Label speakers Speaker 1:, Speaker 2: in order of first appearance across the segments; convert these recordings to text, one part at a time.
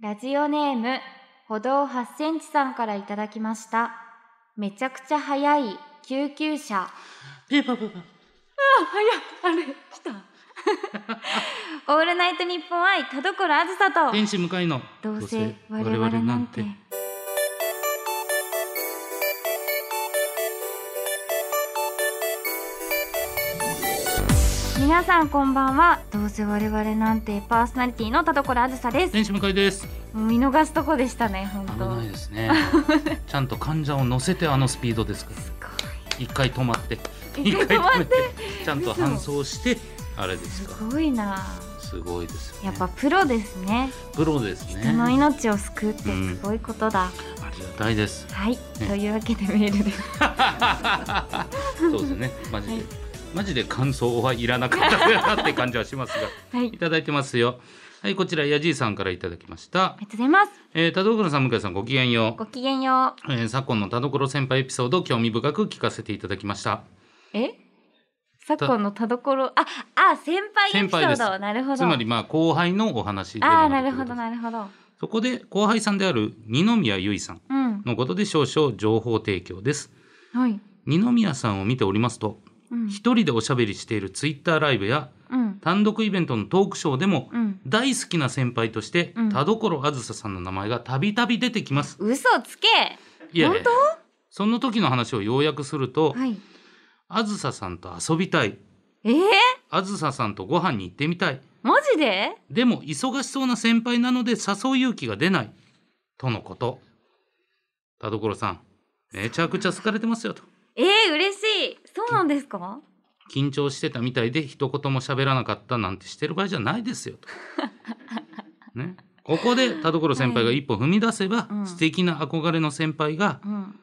Speaker 1: ラジオネーム歩道8センチさんからいただきましためちゃくちゃ速い救急車あ
Speaker 2: ペーパーパーパー。
Speaker 1: 早いあれ来た オールナイトニッポン愛田所あずさと
Speaker 2: 天使向かいの。
Speaker 1: どうせ我々なんて。皆さんこんばんはどうせ我々なんてパーソナリティの田所あずさです
Speaker 2: 天使向かいです。
Speaker 1: もう見逃すとこでしたね本
Speaker 2: 危
Speaker 1: 当
Speaker 2: ないで すね。ちゃんと患者を乗せてあのスピードですから。
Speaker 1: す
Speaker 2: 一回止まって。
Speaker 1: ごい一回止まって
Speaker 2: て。ちゃんと搬送して。あれです
Speaker 1: す
Speaker 2: か。
Speaker 1: ごいな
Speaker 2: すごいです、ね。
Speaker 1: やっぱプロですね
Speaker 2: プロです
Speaker 1: 人
Speaker 2: ね。
Speaker 1: の
Speaker 2: あ
Speaker 1: 命を救うってすごいことだ、
Speaker 2: りがたい です。
Speaker 1: はいというわけでメールです
Speaker 2: そうですね。マジで。
Speaker 1: はい
Speaker 2: マジで感想はいらなかったなって感じはしますが。
Speaker 1: はいあ
Speaker 2: い
Speaker 1: り
Speaker 2: ただいてますよ。はい、こちら、やじいさんからいただきました。
Speaker 1: がとうございます
Speaker 2: えー、田所さん、向井さん、ごきげんよう。
Speaker 1: ごきげんよ
Speaker 2: えー昨今の田所先輩エピソードを興味深く聞かせていただきました
Speaker 1: うえ昨今の田所ああ先輩エピソ
Speaker 2: 先輩
Speaker 1: ー
Speaker 2: で
Speaker 1: ドなるほど
Speaker 2: つまりまあ後輩のお話でも
Speaker 1: ああ
Speaker 2: あ
Speaker 1: な
Speaker 2: る
Speaker 1: る
Speaker 2: とい
Speaker 1: ほ
Speaker 2: うこと
Speaker 1: ど
Speaker 2: です
Speaker 1: なるほど
Speaker 2: そこで後輩さんである二宮由衣さん
Speaker 1: うん
Speaker 2: のことで少々情報提供です
Speaker 1: はい
Speaker 2: 二宮さんを見ておりますと
Speaker 1: うん
Speaker 2: 一人でおしゃべりしているツイッターライブや
Speaker 1: うん
Speaker 2: 単独イベントのトークショーでも
Speaker 1: うん
Speaker 2: 大好きな先輩として
Speaker 1: うん
Speaker 2: 田所あずささんの名前がたびたび出てきます
Speaker 1: 嘘つけ
Speaker 2: いやいや
Speaker 1: 本当
Speaker 2: その時の話を要約すると
Speaker 1: はい
Speaker 2: あずささんと遊びたい
Speaker 1: えー、
Speaker 2: あずささんとご飯に行ってみたい
Speaker 1: マジで
Speaker 2: でも忙しそうな先輩なので誘う勇気が出ないとのこと田所さんめちゃくちゃ好かれてますよと
Speaker 1: えー、嬉しいそうなんですか
Speaker 2: 緊張してたみたいで一言も喋らなかったなんてしてる場合じゃないで すよと、ね、ここで田所先輩が一歩踏み出せば、
Speaker 1: うん
Speaker 2: 素敵な憧れの先輩が
Speaker 1: うん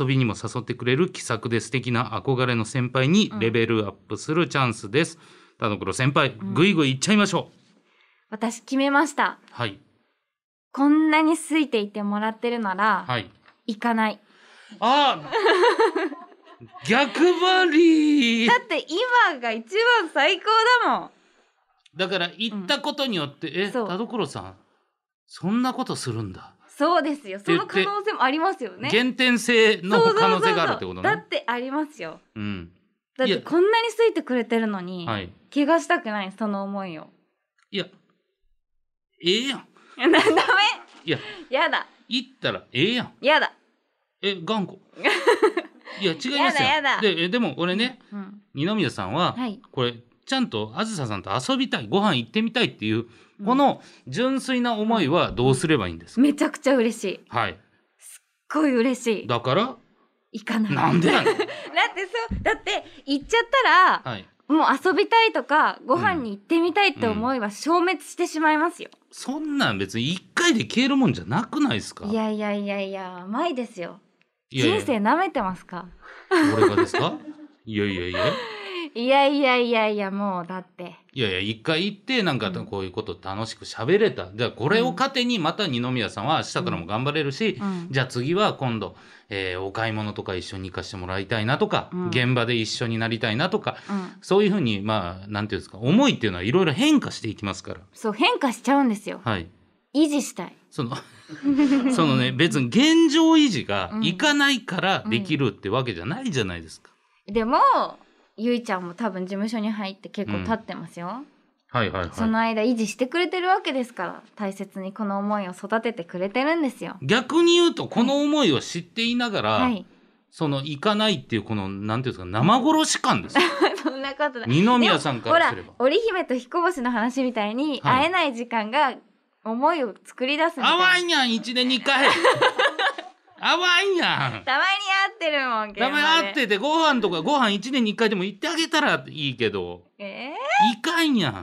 Speaker 2: 遊びにも誘ってくれる気さくで素敵な憧れの先輩にレベルアップするチャンスです、田所先輩
Speaker 1: ん
Speaker 2: ぐいぐいいっちゃいましょう、
Speaker 1: 私決めました
Speaker 2: はい
Speaker 1: こんなに好いていてもらってるなら、
Speaker 2: はい
Speaker 1: 行かない
Speaker 2: あー逆張り
Speaker 1: だって今が一番最高だもん
Speaker 2: だから行ったことによって、え
Speaker 1: そう
Speaker 2: 田所さんそんなことするんだ、
Speaker 1: そうですよその可能性もありますよね
Speaker 2: 減点性の
Speaker 1: そうそうそうそう
Speaker 2: 可能性があるってこと
Speaker 1: だ
Speaker 2: ね
Speaker 1: ってありますよ
Speaker 2: うん
Speaker 1: だっ
Speaker 2: い
Speaker 1: て
Speaker 2: や
Speaker 1: こんなに好いてくれてるのに、
Speaker 2: はい
Speaker 1: 怪我したくないその思 いを
Speaker 2: いやええやん
Speaker 1: なダメ
Speaker 2: いや
Speaker 1: やだ
Speaker 2: 行ったらええやん
Speaker 1: やだ
Speaker 2: え 頑固いや違いますよ
Speaker 1: やだやだ
Speaker 2: でえでも俺ね
Speaker 1: うん
Speaker 2: 二宮さんは、
Speaker 1: はい
Speaker 2: これちゃんとあずささんと遊びたいご飯行ってみたいっていうこの純粋な思いはどうすればいいんですか、
Speaker 1: めちゃくちゃ嬉しい
Speaker 2: はい
Speaker 1: すっごい嬉しい
Speaker 2: だから
Speaker 1: 行かない
Speaker 2: なんでや
Speaker 1: だ
Speaker 2: ねん
Speaker 1: ってそうだって行っちゃったら、
Speaker 2: はい
Speaker 1: もう遊びたいとかご飯に行ってみたいって思いは消滅してしまいますよ、
Speaker 2: そんなん別に一回で消えるもんじゃなくないですか
Speaker 1: いやいやいやいや甘いですよ
Speaker 2: いやいや
Speaker 1: 人生舐めてますか
Speaker 2: 俺がです かいやいやいや
Speaker 1: いやいやいやいやもうだって
Speaker 2: いやいや一回行ってなんか
Speaker 1: うん
Speaker 2: こういうこと楽しく喋れたじゃあこれを糧にまた二宮さんは明日からも頑張れるし、
Speaker 1: うん
Speaker 2: じゃあ次は今度、えーお買い物とか一緒に行かしてもらいたいなとか、
Speaker 1: うん
Speaker 2: 現場で一緒になりたいなとか
Speaker 1: うん
Speaker 2: そういうふうにまあなんていうんですか思いっていうのはいろいろ変化していきますから
Speaker 1: そう変化しちゃうんですよ
Speaker 2: はい
Speaker 1: 維持したい
Speaker 2: その そのね別に現状維持が
Speaker 1: うん
Speaker 2: いかないからできるってわけじゃないじゃないですか、
Speaker 1: でもゆいちゃんも多分事務所に入って結構経ってますよ、
Speaker 2: はいはい
Speaker 1: その間維持してくれてるわけですから大切にこの思いを育ててくれてるんですよ
Speaker 2: 逆に言うとこの思いを知っていながら、
Speaker 1: はい
Speaker 2: その行かないっていうこのなんていうんですか生殺し感 ですよ
Speaker 1: そんなことない
Speaker 2: 二宮さんからすれば
Speaker 1: ほら織姫と彦星の話みたいに、
Speaker 2: はい
Speaker 1: 会えない時間が思いを作り出すみたいな
Speaker 2: 淡いやん一年に一回淡いやん
Speaker 1: たまに会ってるもん現場
Speaker 2: た
Speaker 1: で
Speaker 2: まに会っててご飯とかご飯一年に一回でも行ってあげたらいいけど
Speaker 1: え
Speaker 2: いかんやん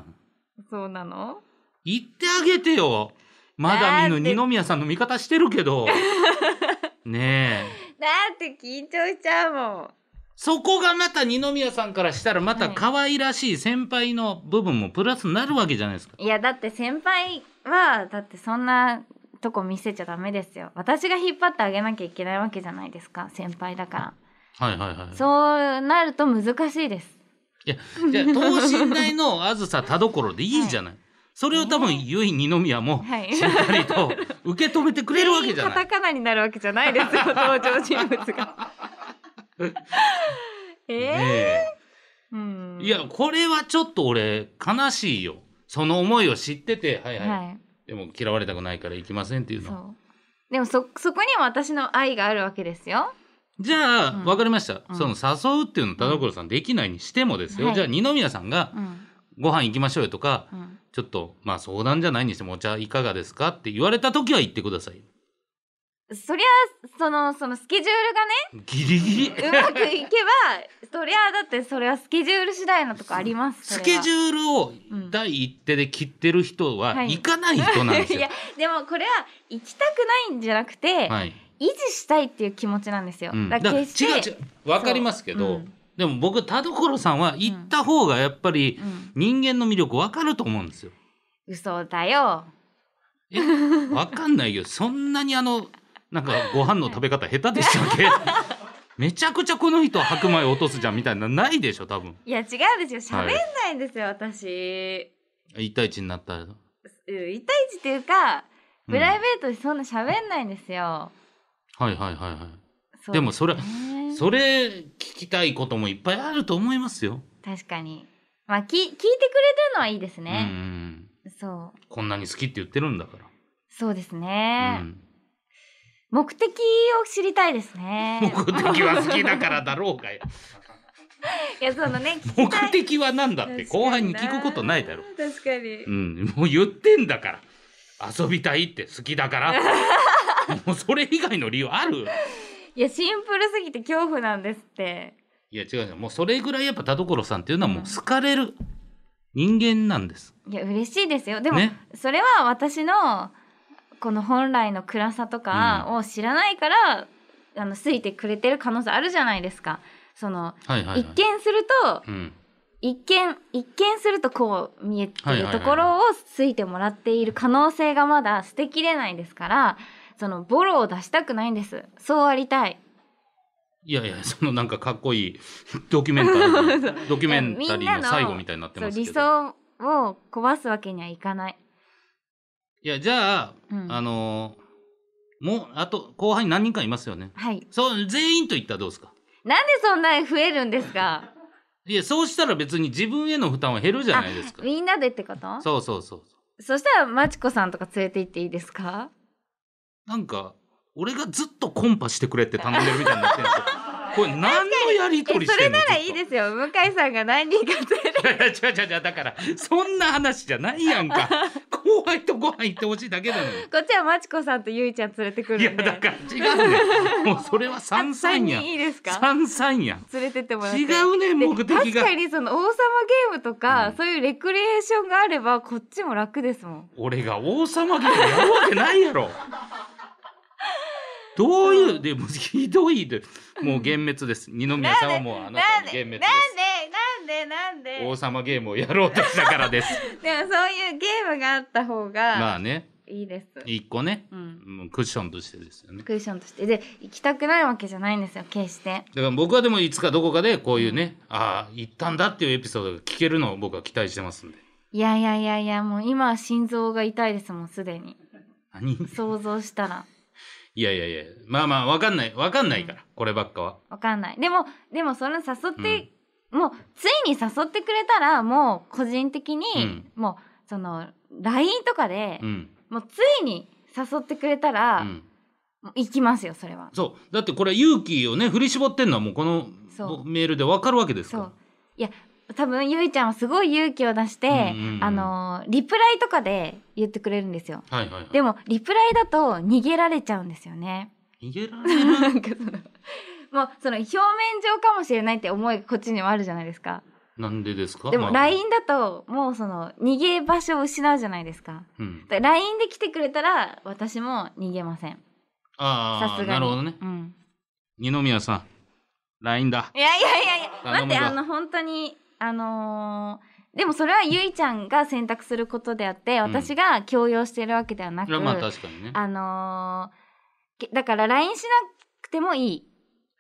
Speaker 1: ー、そうなの
Speaker 2: 行ってあげてよまだ見ぬ
Speaker 1: だって
Speaker 2: 二宮さんの味方してる けどねえ
Speaker 1: だって緊張しちゃうもん
Speaker 2: そこがまた二宮さんからしたらまた可愛らしい先輩の部分もプラスになるわけじゃないですか。
Speaker 1: いやだって先輩はだってそんなとこ見せちゃダメですよ私が引っ張ってあげなきゃいけないわけじゃないですか先輩だから
Speaker 2: はいはいはい。
Speaker 1: そうなると難しいです
Speaker 2: いやじゃあ等身大のあずさ田所でいいじゃない。それを多分結衣二宮も
Speaker 1: はい
Speaker 2: しっかりと受け止めてくれるわけじゃ
Speaker 1: 全
Speaker 2: な
Speaker 1: 員
Speaker 2: い。
Speaker 1: カタカナになるわけじゃないですよ登場人物 がえ
Speaker 2: ね
Speaker 1: ー
Speaker 2: え
Speaker 1: うん
Speaker 2: いやこれはちょっと俺悲しいよその思いを知っててはいはい、
Speaker 1: はい
Speaker 2: でも嫌われたくないから行きませんっていうの
Speaker 1: そ
Speaker 2: は
Speaker 1: うでもそそこにも私の愛があるわけですよ
Speaker 2: じゃあ、
Speaker 1: うん
Speaker 2: 分かりました、
Speaker 1: うん
Speaker 2: その誘うっていうの田所さんできないにしてもですよ、
Speaker 1: はい
Speaker 2: じゃあ二宮さんが
Speaker 1: うん
Speaker 2: ご飯行きましょうよとか
Speaker 1: うん
Speaker 2: ちょっとまあ相談じゃないにしてもお茶いかがですかって言われた時は言ってください
Speaker 1: そりゃそのそのスケジュールがね
Speaker 2: ギリギリ
Speaker 1: うまくいけばそりゃだってそれはスケジュール次第のとこあります
Speaker 2: スケジ
Speaker 1: ュ
Speaker 2: ュールを
Speaker 1: うん
Speaker 2: 第一手で切ってる人は
Speaker 1: はい
Speaker 2: 行かない人なんです
Speaker 1: い
Speaker 2: よ
Speaker 1: や。でもこれは行きたくないんじゃなくて、
Speaker 2: はい。
Speaker 1: 維持したいっていう気持ちなんですよ、
Speaker 2: うん
Speaker 1: だ
Speaker 2: だ
Speaker 1: か
Speaker 2: からら違う
Speaker 1: 決して
Speaker 2: 違う。わかりますけ
Speaker 1: そうう
Speaker 2: ど
Speaker 1: ん、
Speaker 2: でも僕田所さんは行った方がやっぱり
Speaker 1: うん
Speaker 2: 人間の魅力わかると思うんですよ。
Speaker 1: 嘘だよ
Speaker 2: え、わかんないよ。そんなにあのなんかご飯の食べ方下手でし たっけ？めちゃくちゃこの人白米落とすじゃんみたいなのないでしょ多分。
Speaker 1: いや違うですよ喋んないんですよ、私
Speaker 2: 一対一になったら。
Speaker 1: うん一対一っていうか
Speaker 2: うん
Speaker 1: プライベートでそんな喋んないんですよ、
Speaker 2: はいはいはいは
Speaker 1: そう
Speaker 2: い。でもそれ
Speaker 1: ね
Speaker 2: それ聞きたいこともいっぱいあると思いますよ。
Speaker 1: 確かにまあき聞いてくれてるのはいいです
Speaker 2: うんうんう
Speaker 1: ね、
Speaker 2: ん。
Speaker 1: そう
Speaker 2: こんなに好きって言ってるんだから。
Speaker 1: そうですね、
Speaker 2: うん
Speaker 1: 目的を知りたいですね
Speaker 2: 目的 は好きだからだろうがよ。
Speaker 1: いやそのね聞
Speaker 2: 目
Speaker 1: きたい
Speaker 2: 的は何だって後輩に聞くことないだろう。
Speaker 1: 確かに
Speaker 2: うん、もう言ってんだから。遊びたいって好きだから。 もうそれ以外の理由ある
Speaker 1: いやシンプルすぎて恐怖なんですって
Speaker 2: いや違う違う。もうそれぐらいやっぱ田所さんっていうのはもう好かれる人間なんです。
Speaker 1: いや嬉しいですよでも、
Speaker 2: ね
Speaker 1: それは私のこの本来の暗さとかを知らないから、あの好いてくれてる可能性あるじゃないですかその、
Speaker 2: はいはい、はい。
Speaker 1: 一見すると
Speaker 2: うん。
Speaker 1: 一見一見するとこう見えて
Speaker 2: はい
Speaker 1: る
Speaker 2: はいは
Speaker 1: と
Speaker 2: い
Speaker 1: ころを好いてもらっている可能性がまだ捨てきれないですからそのボロを出したくないんですそうありたい
Speaker 2: いやい や、そのなんかかっこいい ドキュメンタリ ー、ドキュメンタリーの最後みたいになって
Speaker 1: そう
Speaker 2: ますけ
Speaker 1: 理
Speaker 2: ど。
Speaker 1: 想を壊すわけにはいかない、
Speaker 2: いや、じゃあ、
Speaker 1: うん、
Speaker 2: あのーもうあと後輩何人かいますよね。
Speaker 1: はい
Speaker 2: そう全員と言ったらどうですか。
Speaker 1: なんでそんな増えるんですか
Speaker 2: いやそうしたら別に自分への負担は減るじゃないですか。
Speaker 1: みんなでってことそ
Speaker 2: そうそうそう。
Speaker 1: したらまちこさんとか連れて行っていいですか
Speaker 2: なんか俺がずっとコンパしてくれって頼んでるみたいになってるんです よ。これ何のやり
Speaker 1: えそ
Speaker 2: 取りして
Speaker 1: れ
Speaker 2: んの。
Speaker 1: ならいいですよ向井さんが何人か連れて
Speaker 2: す。いや違う違う違うだからそんな話じゃないや んか。後輩とご飯行ってほしいだけなのに。
Speaker 1: こっちはまちこさんとゆいちゃん連れてく
Speaker 2: い
Speaker 1: る
Speaker 2: や
Speaker 1: んで
Speaker 2: だから違う ねん。もうそれは三三や
Speaker 1: あ三人いいですか
Speaker 2: 三三やん。
Speaker 1: 連れてってもらって
Speaker 2: 違うねん
Speaker 1: で
Speaker 2: 目的
Speaker 1: 確
Speaker 2: が
Speaker 1: か。にその王様ゲームとか、
Speaker 2: うん
Speaker 1: そういうレクリエーションがあればこっちも楽ですもん
Speaker 2: 俺が王様ゲームやるわけな いやろどういうでもひどいでもう幻滅です二宮さんはもうあな
Speaker 1: な
Speaker 2: た
Speaker 1: ん
Speaker 2: の
Speaker 1: で
Speaker 2: 幻滅で
Speaker 1: なんでなんです
Speaker 2: 王
Speaker 1: なんで
Speaker 2: 様ゲームをやろうとしたからです
Speaker 1: でもそういうゲームがあった方
Speaker 2: ま
Speaker 1: が
Speaker 2: あね
Speaker 1: いいです、
Speaker 2: 一個ね
Speaker 1: うん、
Speaker 2: うんクッションとしてですよね
Speaker 1: クッションとしてで行きたくないわけじゃないんですよ決して
Speaker 2: だから僕はでもいつかどこかでこういうね、ああ行ったんだっていうエピソードが聞けるのを僕は期待してますんで
Speaker 1: いやいやいやいやもう今は心臓が痛いですもんすでに
Speaker 2: 何
Speaker 1: 想像したら
Speaker 2: いやいやいやまあまあわかんないわかんないから、こればっかは
Speaker 1: わかんないでもでもその誘って、もうついに誘ってくれたらもう個人的に、
Speaker 2: うん
Speaker 1: もうその LINE とかで、
Speaker 2: うん、
Speaker 1: もうついに誘ってくれた
Speaker 2: う
Speaker 1: ら、
Speaker 2: ん、
Speaker 1: もう行きますよそれは
Speaker 2: そうだってこれ勇気をね振り絞ってんのはもうこの
Speaker 1: そう
Speaker 2: メールでわかるわけですか
Speaker 1: そ
Speaker 2: ら
Speaker 1: ういや多分ゆいちゃんはすごい勇気を出して、
Speaker 2: うんうんうん
Speaker 1: あのリプライとかで言ってくれるんですよ
Speaker 2: はいはい、はい、
Speaker 1: でもリプライだと逃げられちゃうんですよね
Speaker 2: 逃げられる
Speaker 1: なんかそのもうその表面上かもしれないって思いがこっちにもあるじゃないですか
Speaker 2: なんでですか
Speaker 1: でも
Speaker 2: まあ
Speaker 1: LINE だともうその逃げ場所を失うじゃないですか
Speaker 2: うん、
Speaker 1: だから LINE で来てくれたら私も逃げませんさ
Speaker 2: あ
Speaker 1: すがに
Speaker 2: あなるほどね
Speaker 1: うん、
Speaker 2: 二宮さん LINE だ
Speaker 1: いやいやいやいや
Speaker 2: 頼
Speaker 1: 待っ
Speaker 2: む
Speaker 1: て
Speaker 2: ぞ
Speaker 1: あの本当にあのーでもそれはゆいちゃんが選択することであって
Speaker 2: うん
Speaker 1: 私が強要してるわけではなく、
Speaker 2: いやまあ確かにね
Speaker 1: あのーけだから LINE しなくてもいい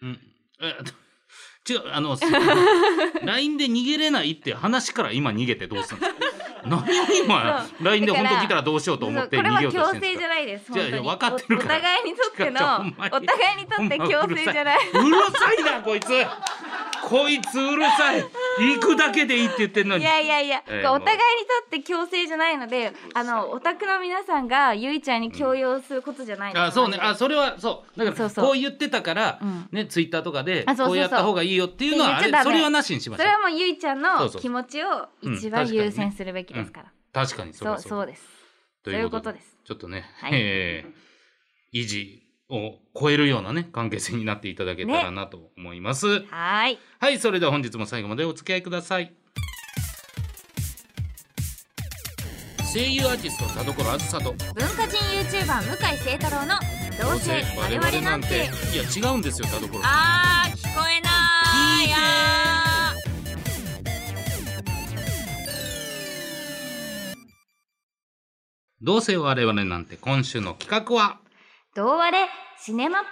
Speaker 2: うんえ 違うあの LINE で逃げれないって話から今逃げてどうするんですか 何を今
Speaker 1: そう
Speaker 2: LINE で本当
Speaker 1: だから
Speaker 2: 来たらどうしようと思って
Speaker 1: そうこれ
Speaker 2: 逃
Speaker 1: は
Speaker 2: げようとして
Speaker 1: 強
Speaker 2: るん
Speaker 1: 制
Speaker 2: です
Speaker 1: じ
Speaker 2: か
Speaker 1: ゃないです
Speaker 2: じゃあ
Speaker 1: 本当に
Speaker 2: いや分かってるから
Speaker 1: おお互いにとって
Speaker 2: ち
Speaker 1: の
Speaker 2: かちゃん お前
Speaker 1: お互いにとって強制じゃない
Speaker 2: ほんまうるさいうるさいなこいつこいつうるさい行くだけでいいって言ってんの
Speaker 1: い
Speaker 2: に
Speaker 1: やいやいや、
Speaker 2: ええ
Speaker 1: こうお
Speaker 2: もう
Speaker 1: 互いにとって強制じゃないので、あのオタクの皆さんがゆいちゃんに強要することじゃないです
Speaker 2: あそうねあそれはそうだか
Speaker 1: そう
Speaker 2: ら
Speaker 1: そう
Speaker 2: こう言ってたから
Speaker 1: うん
Speaker 2: ねツイッターとかで
Speaker 1: あそうそうそう
Speaker 2: こうやった方がいいよっていうのは
Speaker 1: 言
Speaker 2: あ
Speaker 1: っちゃ
Speaker 2: れ
Speaker 1: ダ
Speaker 2: そ
Speaker 1: メ
Speaker 2: れはなしにしま
Speaker 1: そ
Speaker 2: しょ
Speaker 1: れ
Speaker 2: う
Speaker 1: はもうゆいちゃん
Speaker 2: そ
Speaker 1: の
Speaker 2: うそう
Speaker 1: 気持ちを一
Speaker 2: う
Speaker 1: 番
Speaker 2: ん確かにね
Speaker 1: 優先するべきですから、
Speaker 2: 確かにそうだ
Speaker 1: そうそうです
Speaker 2: と
Speaker 1: そういうことです
Speaker 2: ちょっとね、
Speaker 1: はい
Speaker 2: えー維持を超えるようなね関係性になっていただけたらなと思います、
Speaker 1: はーい
Speaker 2: はいそれでは本日も最後までお付き合いください声優アーティスト田所あずさと
Speaker 1: 文化人 YouTuber 向井聖太郎の「どうせ我々なんて
Speaker 2: いや違うんですよ田所」
Speaker 1: あー聞こえない
Speaker 2: いいね
Speaker 1: あー
Speaker 2: どうせ我々なんて今週の企画は
Speaker 1: どうあれシネマパラ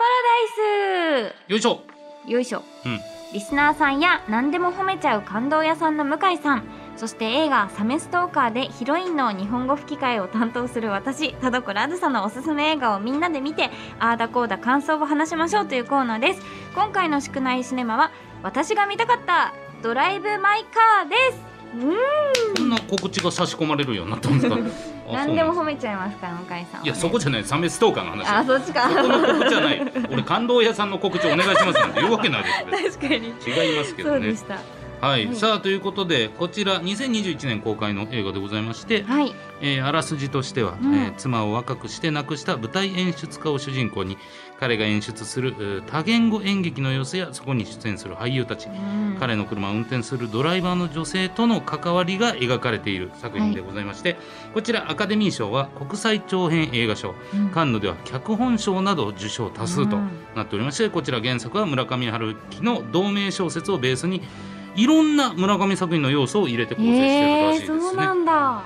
Speaker 1: ダイ
Speaker 2: よいしょ
Speaker 1: スよいしょ
Speaker 2: うん
Speaker 1: リスナーさんや何でも褒めちゃう感動屋さんの向井さんそして映画「サメストーカー」でヒロインの日本語吹き替えを担当する私田所あずさのおすすめ映画をみんなで見てああだこうだ感想を話しましょうというコーナーです今回の「宿題シネマ」は私が見たかったドライブ・マイ・カーですう
Speaker 2: こんな告知が差し込まれるようになったんです か
Speaker 1: ん何でも
Speaker 2: 褒
Speaker 1: 褒めちゃいますから向井さんはね、
Speaker 2: いやそこじゃないサメストーカーの話
Speaker 1: あそっちか
Speaker 2: この
Speaker 1: 確
Speaker 2: 告知じゃない。俺感動屋さんの告知お願いしますなんて言うわけないですよ
Speaker 1: かに
Speaker 2: 別に。違いますけ
Speaker 1: そ
Speaker 2: ど
Speaker 1: うで
Speaker 2: ね
Speaker 1: し。た
Speaker 2: はい、
Speaker 1: うん
Speaker 2: さあということでこちら2021年公開の映画でございまして、
Speaker 1: はい
Speaker 2: えーあらすじとしては、
Speaker 1: うん
Speaker 2: えー妻を若くして亡くした舞台演出家を主人公に彼が演出するえー多言語演劇の様子やそこに出演する俳優たち、
Speaker 1: うん
Speaker 2: 彼の車を運転するドライバーの女性との関わりが描かれている作品でございまして、こちらアカデミー賞は国際長編映画賞
Speaker 1: うん
Speaker 2: カンヌでは脚本賞など受賞多数となっておりまして、こちら原作は村上春樹の同名小説をベースにいろんな村上作品の要素を入れて構成してるらしい
Speaker 1: えー、
Speaker 2: ですね。
Speaker 1: そうなんだ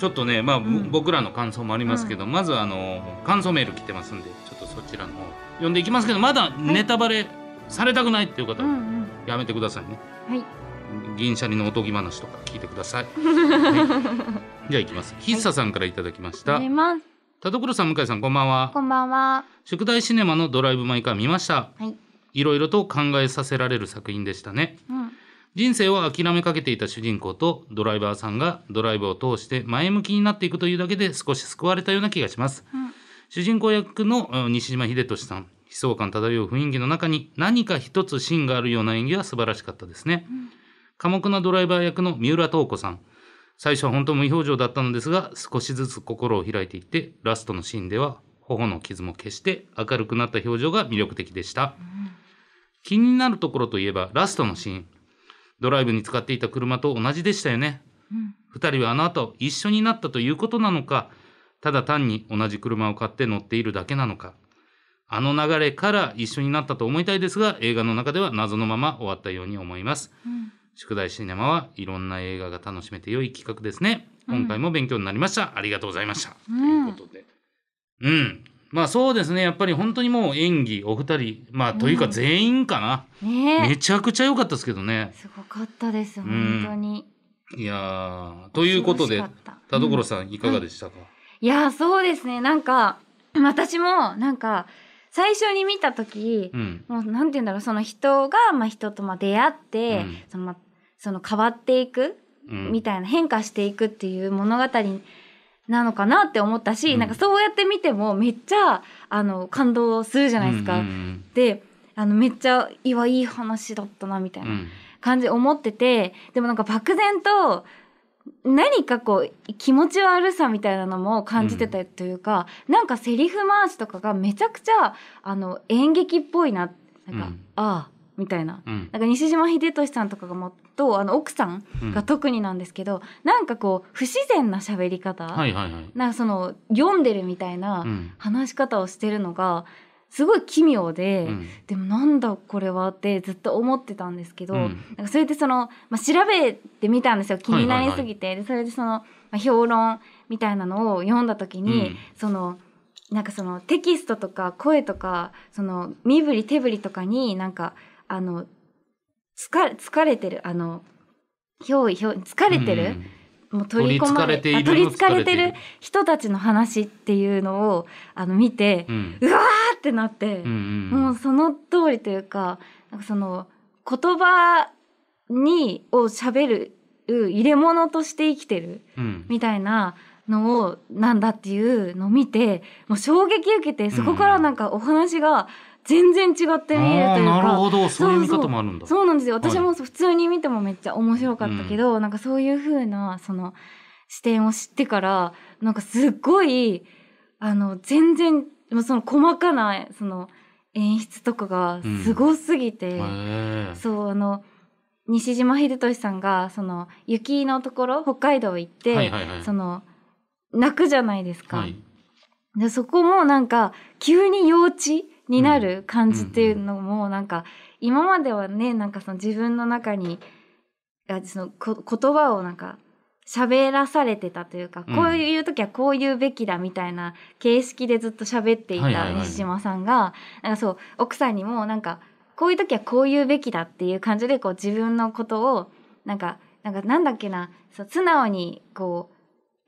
Speaker 2: ちょっとね、まあ、
Speaker 1: ん
Speaker 2: 僕らの感想もありますけど、まずあの感想メール来てますんでちょっとそちらの方読んでいきますけどまだネタバレされたくないっていう方
Speaker 1: うんう
Speaker 2: は
Speaker 1: ん
Speaker 2: やめてくださいね。
Speaker 1: はい
Speaker 2: 銀シャリのおとぎ話とか聞いてくだ さい。はいじゃあいきます。ヒッサさんからいただきました。
Speaker 1: 寝ます
Speaker 2: 田所さん向井さんこんばんは。
Speaker 1: こんばんは。
Speaker 2: 宿題シネマのドライブ・マイ・カー見ました
Speaker 1: はい。
Speaker 2: いろいろと考えさせられる作品でしたね
Speaker 1: うん。
Speaker 2: 人生を諦めかけていた主人公とドライバーさんがドライブを通して前向きになっていくというだけで少し救われたような気がします、
Speaker 1: うん
Speaker 2: 主人公役のうん西島秀俊さん悲壮感漂う雰囲気の中に何か一つ芯があるような演技は素晴らしかったですね、寡黙なドライバー役の三浦透子さん最初は本当無表情だったのですが少しずつ心を開いていってラストのシーンでは頬の傷も消して明るくなった表情が魅力的でした、気になるところといえばラストのシーンドライブに使っていた車と同じでしたよね、二人はあの後一緒になったということなのかただ単に同じ車を買って乗っているだけなのかあの流れから一緒になったと思いたいですが映画の中では謎のまま終わったように思います、宿題シネマはいろんな映画が楽しめて良い企画ですね今回も勉強になりました、ありがとうございました、
Speaker 1: うん
Speaker 2: ということでうんまあそうですねやっぱり本当にもう演技お二人まあというか全員かな、
Speaker 1: ね
Speaker 2: めちゃくちゃ良かったですけどね
Speaker 1: え。すごかったです。
Speaker 2: ん
Speaker 1: 本当に。
Speaker 2: いやーということで
Speaker 1: 恐ろしかった
Speaker 2: 田所さんいかがでしたか、
Speaker 1: いやー、そうですね。なんか、私も、なんか、最初に見た時
Speaker 2: う、ん
Speaker 1: もう、なんて言うんだろう、その人が、まあ、人と、まあ、出会って、
Speaker 2: うん
Speaker 1: その、まあ、その、変わっていく、
Speaker 2: うん
Speaker 1: みたいな、変化していくっていう物語なのかなって思ったし、
Speaker 2: うん
Speaker 1: なんか、そうやって見ても、めっちゃ、あの、感動するじゃないですか。
Speaker 2: うんうん
Speaker 1: で、あの、めっちゃ、いわ、いい話だったな、みたい
Speaker 2: うん
Speaker 1: な。感じ思っててでもなんか漠然と何かこう気持ち悪さみたいなのも感じてたというか、なんかセリフ回しとかがめちゃくちゃあの演劇っぽいななんか、
Speaker 2: うん
Speaker 1: ああみたいな。
Speaker 2: うんうん
Speaker 1: なんか西島秀俊さんとかがもっとあの奥さん
Speaker 2: うん
Speaker 1: が特になんですけど、なんかこう不自然な喋り方、
Speaker 2: はいはいはい、
Speaker 1: なんかその読んでるみたいな
Speaker 2: うん
Speaker 1: 話し方をしてるのがすごい奇妙で、
Speaker 2: うん
Speaker 1: でもなんだこれはってずっと思ってたんですけど、
Speaker 2: うん
Speaker 1: なんかそれでその、まあ、調べてみたんですよ気になりすぎて、でそれでその、まあ、評論みたいなのを読んだ時に、
Speaker 2: うん
Speaker 1: そのなんかそのテキストとか声とかその身振り手振りとかになんかあの疲れ疲れてるあの憑依憑依疲れてる、もう取り込まれ
Speaker 2: 取り
Speaker 1: あ
Speaker 2: 憑かれてい
Speaker 1: 取
Speaker 2: る
Speaker 1: りつかれてる人たちの話っていうのをあの見て、
Speaker 2: うん
Speaker 1: うわーってなって、
Speaker 2: うんうん
Speaker 1: もうその通りというかなんかその言葉にを喋る入れ物として生きてる
Speaker 2: うん
Speaker 1: みたいなのをなんだっていうのを見てもう衝撃受けてそこからなんかお話が全然違って見えるという
Speaker 2: あーなる
Speaker 1: か、
Speaker 2: ほどそういう見
Speaker 1: そうそう
Speaker 2: 方もあるんだ
Speaker 1: そうなんですよ
Speaker 2: はい
Speaker 1: 私もそう普通に見てもめっちゃ面白かったけど、なんかそういう風なその視点を知ってからなんかすっごいあの全然もうその細かなその演出とかがすごすぎて、
Speaker 2: へえ
Speaker 1: そうあの西島秀俊さんがその雪のところ北海道行って、
Speaker 2: はいはいはい
Speaker 1: その泣くじゃないですか、
Speaker 2: はい
Speaker 1: でそこもなんか急に幼稚になる感じっていうのもなんか今まではねなんかその自分の中にあそのこ言葉をなんか喋らされてたというか、
Speaker 2: うん
Speaker 1: こういう時はこう言うべきだみたいな形式でずっと喋ってい
Speaker 2: はいはい
Speaker 1: た
Speaker 2: はい
Speaker 1: 西島さんが、なんかそう奥さんにもなんかこういう時はこう言うべきだっていう感じでこう自分のことをなんかなんかなんだっけなそう素直にこう、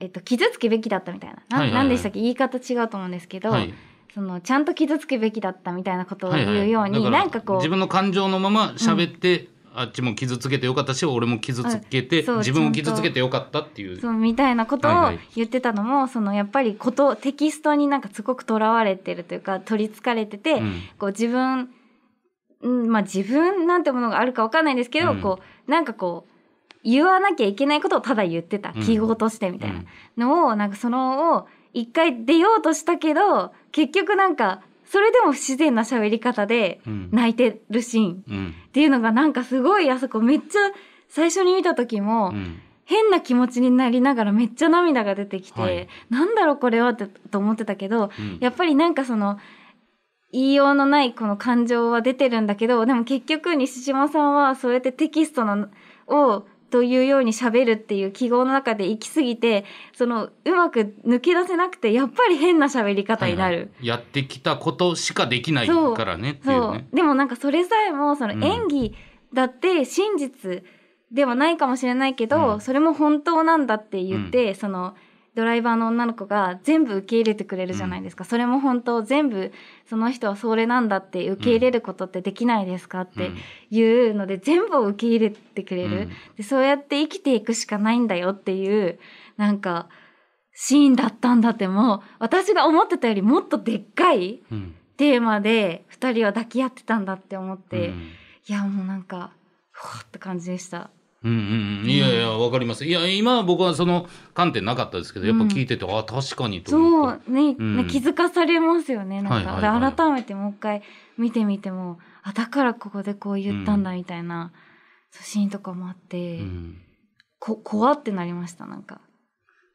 Speaker 1: えっと、傷つけべきだったみたいなな,、
Speaker 2: はいはいはい
Speaker 1: んでしたっけ言い方違うと思うんですけど、
Speaker 2: はい
Speaker 1: そのちゃんと傷つけべきだったみたいなことを
Speaker 2: はいはい
Speaker 1: 言うように、
Speaker 2: だら
Speaker 1: なんかこう
Speaker 2: 自分の感情のまま喋って、あっちも傷つけてよかったし俺も傷つけて、
Speaker 1: うんそう
Speaker 2: 自分を傷つけてよかったっていう
Speaker 1: そうみたいなことを
Speaker 2: はいはい
Speaker 1: 言ってたのも、そのやっぱりことテキストになんかすごくとらわれてるというか取りつかれてて、
Speaker 2: うん
Speaker 1: こう自分、うん、まあ自分なんてものがあるかわかんないですけど、
Speaker 2: うん
Speaker 1: こうなんかこう言わなきゃいけないことをただ言ってた
Speaker 2: うん
Speaker 1: 記号としてみたいな
Speaker 2: うん
Speaker 1: のを、なんかそのを一回出ようとしたけど結局なんかそれでも不自然な喋り方で
Speaker 2: うん
Speaker 1: 泣いてるシーン
Speaker 2: うん
Speaker 1: っていうのがなんかすごいあそこめっちゃ最初に見た時も。
Speaker 2: うん
Speaker 1: 変な気持ちになりながらめっちゃ涙が出てきて、
Speaker 2: はい
Speaker 1: なんだろうこれはってと思ってたけど
Speaker 2: うん
Speaker 1: やっぱりなんかその言いようのないこの感情は出てるんだけどでも結局西島さんはそうやってテキストのをというように喋るっていう記号の中で行き過ぎてそのうまく抜け出せなくてやっぱり変な喋り方になる。
Speaker 2: はいはいやってきたことしかできないからねってい
Speaker 1: そうう
Speaker 2: ね
Speaker 1: でもなんかそれさえもその
Speaker 2: うん
Speaker 1: 演技だって真実ではないかもしれないけど、
Speaker 2: うん
Speaker 1: それも本当なんだって言って、そのドライバーの女の子が全部受け入れてくれるじゃないですか、それも本当全部その人はそれなんだって受け入れることってできないですかっていうので、全部を受け入れてくれる、
Speaker 2: うん
Speaker 1: でそうやって生きていくしかないんだよっていうなんかシーンだったんだってもう私が思ってたよりもっとでっかい
Speaker 2: うん
Speaker 1: テーマで2人は抱き合ってたんだって思っ
Speaker 2: う
Speaker 1: て、
Speaker 2: ん
Speaker 1: いやもうなんかふわって感じでした。
Speaker 2: うんうんうん、いやいやわかりますいや今は僕はその観点なかったですけどやっぱ聞いてて、あ確かにと思
Speaker 1: そ
Speaker 2: った
Speaker 1: うね、
Speaker 2: うん
Speaker 1: ね気づかされますよねなんか、
Speaker 2: はいはいはい
Speaker 1: で改めてもう一回見てみてもあだからここでこう言ったんだみたいな、そうシーンとかもあって、
Speaker 2: うん
Speaker 1: こ怖ってなりましたなんか。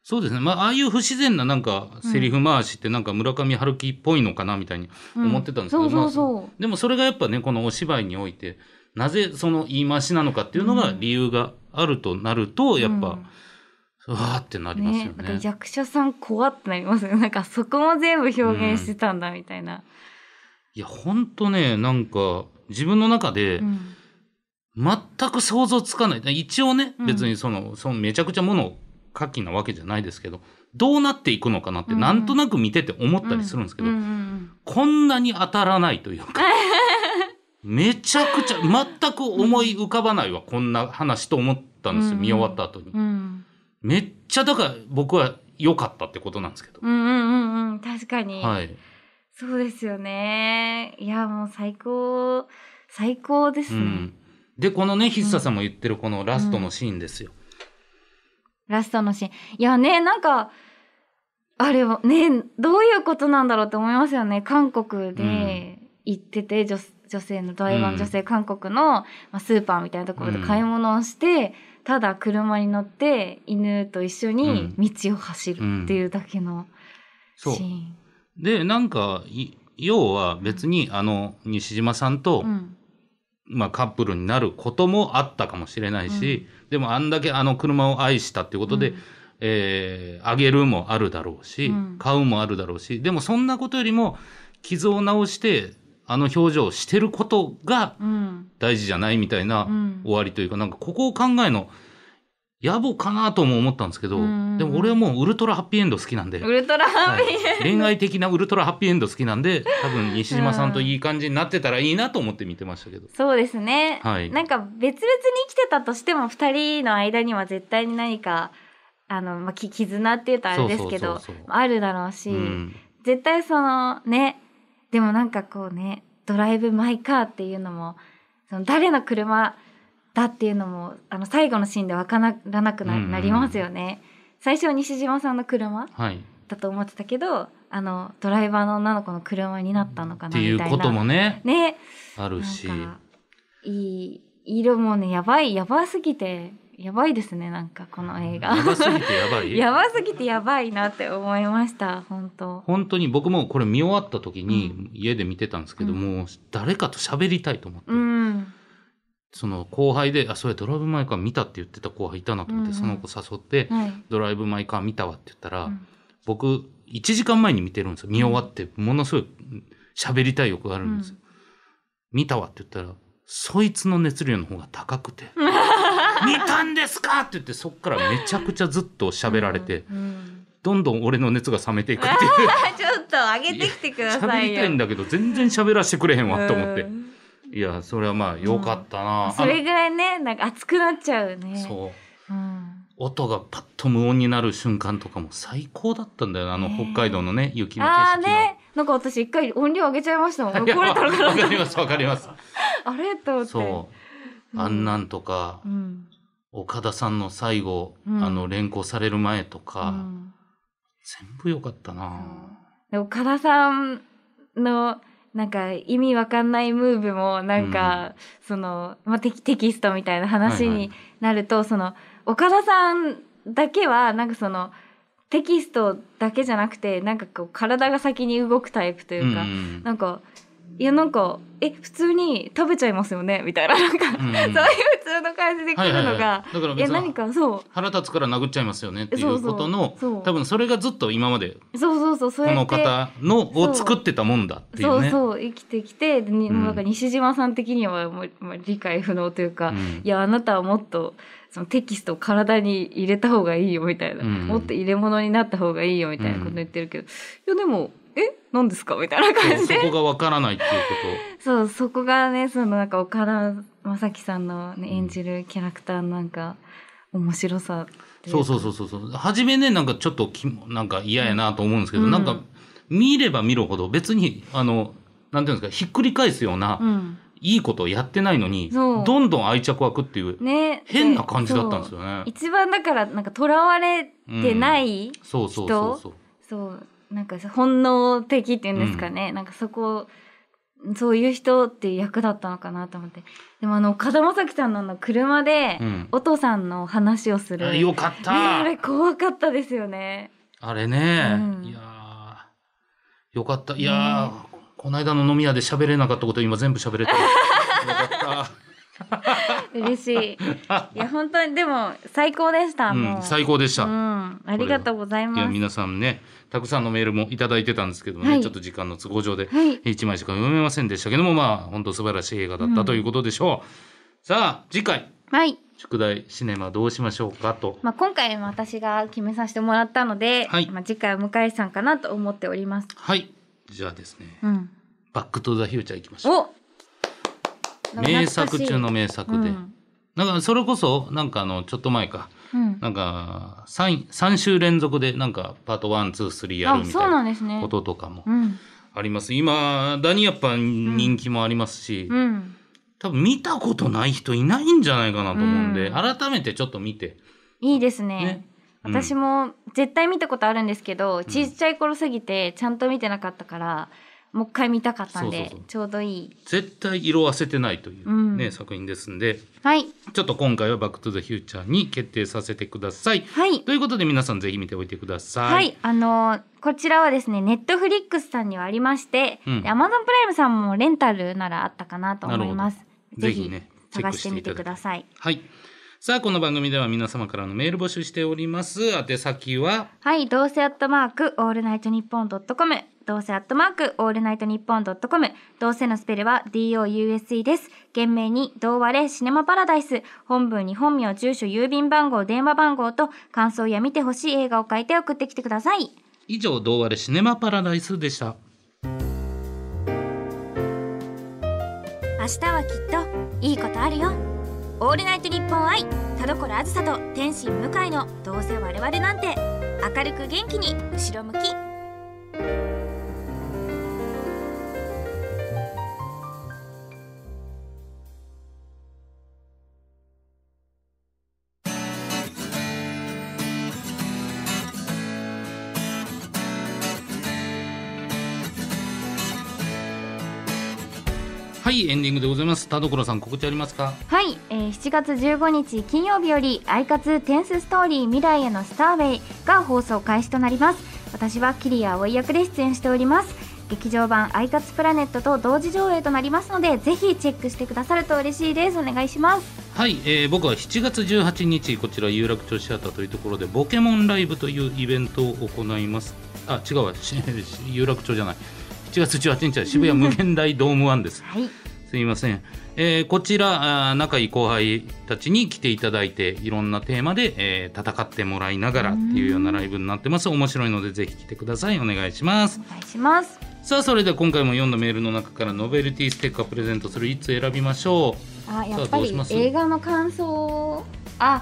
Speaker 2: そうですね、まあ、ああいう不自然ななんかセリフ回しってなんか村上春樹っぽいのかなみたいに
Speaker 1: うん
Speaker 2: 思ってたんですけど、
Speaker 1: そうそうそう
Speaker 2: まあでもそれがやっぱねこのお芝居においてなぜその言い回しなのかっていうのが理由があるとなると、やっぱ、うわーってな
Speaker 1: う
Speaker 2: り
Speaker 1: ん
Speaker 2: ますよ
Speaker 1: ね
Speaker 2: ね。
Speaker 1: なんか役者さん怖ってなりますよねなんかそこも全部表現してたんだみたいな。
Speaker 2: いやほんとねなんか自分の中で
Speaker 1: うん
Speaker 2: 全く想像つかない、一応ね
Speaker 1: うん
Speaker 2: 別にそのそのめちゃくちゃもの書きなわけじゃないですけどどうなっていくのかなって
Speaker 1: うん
Speaker 2: なんとなく見てて思ったりするんですけど、
Speaker 1: ううんうん
Speaker 2: こんなに当たらないというか めちゃくちゃ全く思い浮かばないわこんな話と思ったんですよ、
Speaker 1: うん
Speaker 2: 見終わった後に
Speaker 1: う。ん
Speaker 2: めっちゃだから僕は良かったってことなんですけど、
Speaker 1: うんうんうんうん確かに、
Speaker 2: はい、
Speaker 1: そうですよねいやもう最高最高です
Speaker 2: う
Speaker 1: ね、
Speaker 2: ん、でこのね筆ささんも言ってるこのラストのシーンですよ。
Speaker 1: ラストのシーンいやねなんかあれはねどういうことなんだろうって思いますよね韓国で行ってて、女女性の台湾女性韓国の、まあ、スーパーみたいなところで買い物をして、ただ車に乗って犬と一緒に道を走るっていうだけのシ
Speaker 2: そう
Speaker 1: ーン。
Speaker 2: でなんかい要は別にあの西島さんと、
Speaker 1: うん
Speaker 2: まあ、カップルになることもあったかもしれないし、でもあんだけあの車を愛したっていうことで、
Speaker 1: うん
Speaker 2: えーあげるもあるだろうし、
Speaker 1: うん
Speaker 2: 買うもあるだろうしでもそんなことよりも傷を治してあの表情をしてることが
Speaker 1: うん
Speaker 2: 大事じゃないみたいな
Speaker 1: うん
Speaker 2: 終わりというか、なんかここを考えの野暮かなとも思ったんですけど、
Speaker 1: うん
Speaker 2: でも俺はもうウルトラハッピーエンド好き なんで、
Speaker 1: ウルトラハ
Speaker 2: は
Speaker 1: ッ
Speaker 2: い
Speaker 1: ピー、
Speaker 2: 恋愛的なウルトラハッピーエンド好きなんで、多分西島さんといい感じになってたらいいなと思って見てましたけど。
Speaker 1: そうですね、
Speaker 2: はい
Speaker 1: なんか別々に生きてたとしても二人の間には絶対に何かあの、まあ、き絆っていうとあれですけど
Speaker 2: そうそうそうそう
Speaker 1: あるだろうし、
Speaker 2: うん、
Speaker 1: 絶対そのねでもなんかこうねドライブ・マイ・カーっていうのもその誰の車だっていうのもあの最後のシーンで分からなくな,、
Speaker 2: うんうん
Speaker 1: なりますよね。最初は西島さんの車
Speaker 2: はい。
Speaker 1: だと思ってたけどあのドライバーの女の子の車になったのか
Speaker 2: っ
Speaker 1: な
Speaker 2: て
Speaker 1: み
Speaker 2: いう
Speaker 1: たいな。
Speaker 2: こともね、
Speaker 1: ね
Speaker 2: あるし。
Speaker 1: なんかいい色もねやばいやばすぎてやばいですねなんかこの映画
Speaker 2: やばすぎてやば い。
Speaker 1: やばすぎてやばいなって思いました本当
Speaker 2: 本当に僕もこれ見終わった時
Speaker 1: う
Speaker 2: に家で見てたんですけど、
Speaker 1: う
Speaker 2: もう誰かと喋りたいと思って、
Speaker 1: うん
Speaker 2: その後輩で「あそれドライブ・マイ・カー見た」って言ってた後輩いたなと思って、
Speaker 1: うんうん
Speaker 2: その子誘って
Speaker 1: はい、
Speaker 2: 「ドライブ・マイ・カー見たわ」って言ったら、
Speaker 1: うん
Speaker 2: 僕1時間前に見てるんですよ見終わってものすごい喋りたい欲があるんですよ、見たわって言ったらそいつの熱量の方が 高くて「見たんですか!」って言ってそっからめちゃくちゃずっと喋られて、
Speaker 1: うんうん
Speaker 2: どんどん俺の熱が冷めていくっていう。
Speaker 1: あちょっと上げてきて くださ
Speaker 2: 喋
Speaker 1: い
Speaker 2: り
Speaker 1: よ
Speaker 2: たいんだけど全然喋らせてくれへんわと思って
Speaker 1: うん
Speaker 2: いやそれはまあ良かったな、
Speaker 1: それぐらいねなんか熱くなっちゃう
Speaker 2: あ
Speaker 1: ね
Speaker 2: のそう
Speaker 1: うん、
Speaker 2: 音がパッと無音になる瞬間とかも最高だったんだよなあの
Speaker 1: ねえ
Speaker 2: 北海道のね雪の景
Speaker 1: あー
Speaker 2: 色の
Speaker 1: ねなんか私一回音量上げちゃいましたもん
Speaker 2: いや
Speaker 1: 怒
Speaker 2: わ
Speaker 1: れたのか
Speaker 2: か
Speaker 1: な
Speaker 2: りますわかります
Speaker 1: あれと思って
Speaker 2: そうあんなんとか、
Speaker 1: うん
Speaker 2: 岡田さんの最後、
Speaker 1: うん
Speaker 2: あの連行される前とか、
Speaker 1: うん
Speaker 2: 全部良かったな
Speaker 1: で岡田さんのなんか意味わかんないムーブもなんか、その、まあ、テキテキストみたいな話
Speaker 2: はい
Speaker 1: になると、その岡田さんだけはなんかそのテキストだけじゃなくてなんかこう体が先に動くタイプと
Speaker 2: う
Speaker 1: い
Speaker 2: ん
Speaker 1: うか、
Speaker 2: うん
Speaker 1: なんかいやなんかえ普通に食べちゃいますよねみたいななんか、
Speaker 2: うん
Speaker 1: そういう普通の感じで来
Speaker 2: はい
Speaker 1: る
Speaker 2: はい
Speaker 1: のが、
Speaker 2: はい、だ
Speaker 1: い
Speaker 2: から
Speaker 1: や
Speaker 2: 別
Speaker 1: 何
Speaker 2: に
Speaker 1: かそう
Speaker 2: 腹立つから殴っちゃいますよねっていうことの
Speaker 1: そうそうそう
Speaker 2: 多分それがずっと今まで
Speaker 1: そうそうそうそう
Speaker 2: こ
Speaker 1: や
Speaker 2: の
Speaker 1: って
Speaker 2: 方の
Speaker 1: そ
Speaker 2: を
Speaker 1: う
Speaker 2: 作ってたもんだってい
Speaker 1: そうう
Speaker 2: ね。
Speaker 1: そう生きてきてでに
Speaker 2: うん
Speaker 1: なんか西島さん的にはもう、まあ、理解不能というか、
Speaker 2: うん
Speaker 1: いやあなたはもっとそのテキストを体に入れた方がいいよみたいな、
Speaker 2: うん
Speaker 1: もっと入れ物になった方がいいよみたいなこと言ってるけど、いやでもえ何ですかみたいな感
Speaker 2: そう
Speaker 1: じ
Speaker 2: そ
Speaker 1: で
Speaker 2: こがわからないっていう
Speaker 1: そうそこがねそのなんか岡田将生さんの、ね、演じるキャラクターのなんか面白さ
Speaker 2: こと。そうそう
Speaker 1: う
Speaker 2: そうそうそう。初めねなんかちょっときなんか嫌やなと思うんですけど、
Speaker 1: うん
Speaker 2: なんか見れば見るほど別にあのなんていうんですかひっくり返すような、
Speaker 1: うん
Speaker 2: いいことをやってないのに
Speaker 1: そう
Speaker 2: どんどん愛着湧くっていう
Speaker 1: ね
Speaker 2: 変な感じだったんです
Speaker 1: よ
Speaker 2: よね。
Speaker 1: 一番だからなんかとらわれてない、
Speaker 2: そうそうそうそう。
Speaker 1: そうなんかさ本能的っていうんですかね、なんかそこそういう人っていう役だったのかなと思ってでもあの風間咲さんのあの車で、
Speaker 2: うん
Speaker 1: お父さんの話をする
Speaker 2: あ
Speaker 1: ね
Speaker 2: よかった。
Speaker 1: あれ怖かったですよね
Speaker 2: あれね、
Speaker 1: うん
Speaker 2: いやーよかった。いやー、この間の飲み屋で喋れなかったこと今全部喋れた。 よかっ
Speaker 1: 嬉し い
Speaker 2: た。
Speaker 1: いや本当にでも最高でした、
Speaker 2: う
Speaker 1: も
Speaker 2: ん、
Speaker 1: う
Speaker 2: 最高でした。
Speaker 1: うんありがとうござい
Speaker 2: いや
Speaker 1: ます
Speaker 2: 皆さんねたくさんのメールもいただいてたんですけどもね、
Speaker 1: はい
Speaker 2: ちょっと時間の都合上で
Speaker 1: はい
Speaker 2: 1枚しか読めませんでしたけどもまあ本当素晴らしい映画だったということでしょう、さあ次回
Speaker 1: はい、
Speaker 2: 宿題シネマどうしましょうかと
Speaker 1: まあ、今回も私が決めさせてもらったので、
Speaker 2: はい
Speaker 1: まあ、次回は向井さんかなと思っております
Speaker 2: はいじゃあですね
Speaker 1: うん
Speaker 2: 「バック・トゥ・ザ・フューチャー」いきましょ
Speaker 1: お
Speaker 2: う名作中の名作で、
Speaker 1: うん
Speaker 2: なんかそれこそなんかあのちょっと前か
Speaker 1: うん、
Speaker 2: なんか 3, 三週連続でなんかパート123やる
Speaker 1: あ
Speaker 2: み
Speaker 1: そ
Speaker 2: た
Speaker 1: う
Speaker 2: い
Speaker 1: な
Speaker 2: なん
Speaker 1: ですね
Speaker 2: こととかも
Speaker 1: うん
Speaker 2: あります今ダニやっぱ人気もありますし、
Speaker 1: うん
Speaker 2: 多分見たことない人いないんじゃないかなと思うんで、
Speaker 1: うん
Speaker 2: 改めてちょっと見て、
Speaker 1: いいですね
Speaker 2: ねうん
Speaker 1: 私も絶対見たことあるんですけど、ちっちゃい頃すぎてちゃんと見てなかったからもう一回見たかったんで
Speaker 2: そうそうそう
Speaker 1: ちょうどいい
Speaker 2: 絶対色あせてないという、ね
Speaker 1: うん
Speaker 2: 作品ですんで
Speaker 1: はい
Speaker 2: ちょっと今回は「バック・トゥ・ザ・フューチャー」に決定させてください。
Speaker 1: はい
Speaker 2: ということで皆さんぜひ見ておいてください。
Speaker 1: はい、あのーこちらはですねネットフリックスさんにはありまして、
Speaker 2: うん
Speaker 1: で Amazon プライムさんもレンタルならあったかなと思います
Speaker 2: なるほどぜひね
Speaker 1: 探してみてください
Speaker 2: はいさあ、この番組では皆様からのメール募集しております。宛先は、
Speaker 1: はい、どうせアットマークオールナイトニッポンドットコム。どうせアットマークオールナイトニッポンドットコム。どうせのスペルは DOUSE です。件名に、どうわれシネマパラダイス。本文に本名、住所、郵便番号、電話番号と、感想や見てほしい映画を書いて送ってきてください。
Speaker 2: 以上、どうあれシネマパラダイスでした。
Speaker 1: 明日はきっといいことあるよオールナイトニッポン愛田所あずさと天心向井のどうせ我々なんて明るく元気に後ろ向き
Speaker 2: はい、エンディングでございます。田所さん、告知ありますか
Speaker 1: はい、えー7月15日金曜日より「アイカツテンスストーリー未来へのスターウェイ」が放送開始となります私はキリア葵役で出演しております劇場版「アイカツプラネット」と同時上映となりますのでぜひチェックしてくださると嬉しいですお願いします
Speaker 2: はい、えー僕は7月18日こちら有楽町シアターというところでポケモンライブというイベントを行いますあ違うわ し有楽町じゃない7月18日は渋谷無限大ドーム1です
Speaker 1: はい
Speaker 2: すみません、えーこちらあー仲いい後輩たちに来ていただいていろんなテーマで、えー戦ってもらいながらっていうようなライブになってます面白いのでぜひ来てくださいお願いします
Speaker 1: お願いします
Speaker 2: さあそれでは今回も読んだメールの中からノベルティステッカープレゼントする1つ選びましょ
Speaker 1: あや
Speaker 2: さあ
Speaker 1: っぱ
Speaker 2: どうし
Speaker 1: り
Speaker 2: ます
Speaker 1: 映画の感想をあ、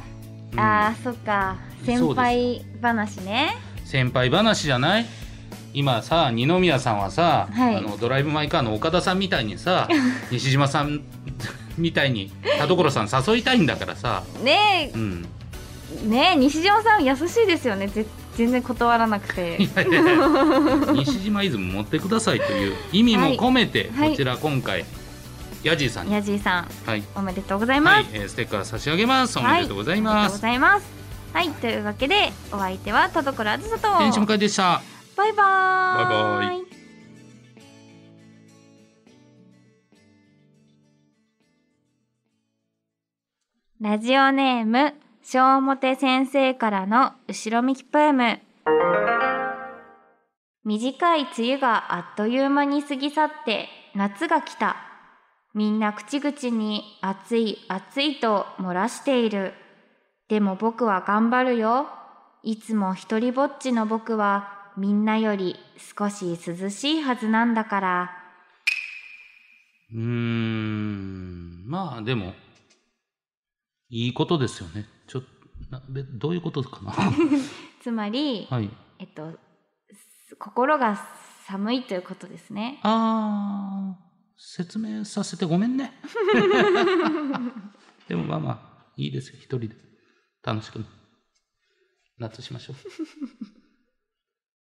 Speaker 2: うん
Speaker 1: あーそっか先輩話ね
Speaker 2: う先輩話じゃない今さ二宮さんはさ、
Speaker 1: はい
Speaker 2: あのドライブ・マイ・カーの岡田さんみたいに さ西島さんみたいに田所さん誘いたいんだからさ、
Speaker 1: ね
Speaker 2: うん、
Speaker 1: えねえ西島さん優しいですよねぜ全然断らなく て
Speaker 2: いやいやいや西島イズム持ってくださいという意味も込めて、
Speaker 1: はい
Speaker 2: こちら今回ヤジーさんに、
Speaker 1: ヤジーさん
Speaker 2: はい
Speaker 1: おめでとうござい
Speaker 2: は
Speaker 1: ま
Speaker 2: い
Speaker 1: す、
Speaker 2: えーステッカー差し上げますおめでとうござ
Speaker 1: あ
Speaker 2: い
Speaker 1: り
Speaker 2: ま
Speaker 1: がとうご
Speaker 2: す、
Speaker 1: ざいますはいというわけでお相手は田所あずさと
Speaker 2: 天使向かいでした
Speaker 1: バイバーイ
Speaker 2: バイバイ
Speaker 1: ラジオネーム小表先生からの後ろ向きポエム短い梅雨があっという間に過ぎ去って夏が来たみんな口々に暑い暑いと漏らしているでも僕は頑張るよいつも一人ぼっちの僕はみんなより少し涼しいはずなんだから
Speaker 2: うーんまあでもいいことですよねちょっとなべどういうことかな
Speaker 1: つまり、
Speaker 2: はい
Speaker 1: えっとす心が寒いということですね
Speaker 2: あー説明させてごめんねでもまあまあいいですよ一人で楽しく夏しましょう